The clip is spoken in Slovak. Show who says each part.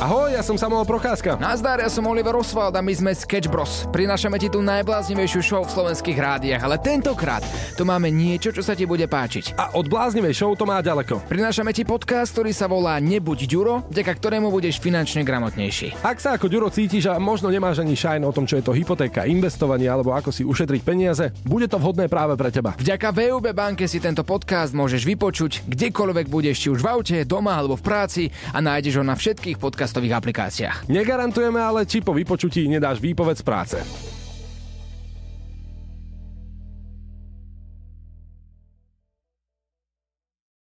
Speaker 1: Ahoj, ja som Samuel Procházka.
Speaker 2: Nazdar, ja som Oliver Oswald a my sme Sketch Bros. Prinášame ti tú najbláznivejšiu show v slovenských rádiach, ale tentokrát tu máme niečo, čo sa ti bude páčiť.
Speaker 1: A od bláznivej show to má ďaleko.
Speaker 2: Prinášame ti podcast, ktorý sa volá Nebuď Ďuro, vďaka ktorému budeš finančne gramotnejší.
Speaker 1: Ak sa ako Ďuro cítiš a možno nemáš ani šajn o tom, čo je to hypotéka, investovanie alebo ako si ušetriť peniaze, bude to vhodné práve pre teba.
Speaker 2: Vďaka VUB banke si tento podcast môžeš vypočuť kdekoľvek budeš, či už v aute, doma alebo v práci a nájdeš ho na všetkých podcastových aplikáciách.
Speaker 1: Negarantujeme ale, či po vypočutí nedáš výpoveď z práce.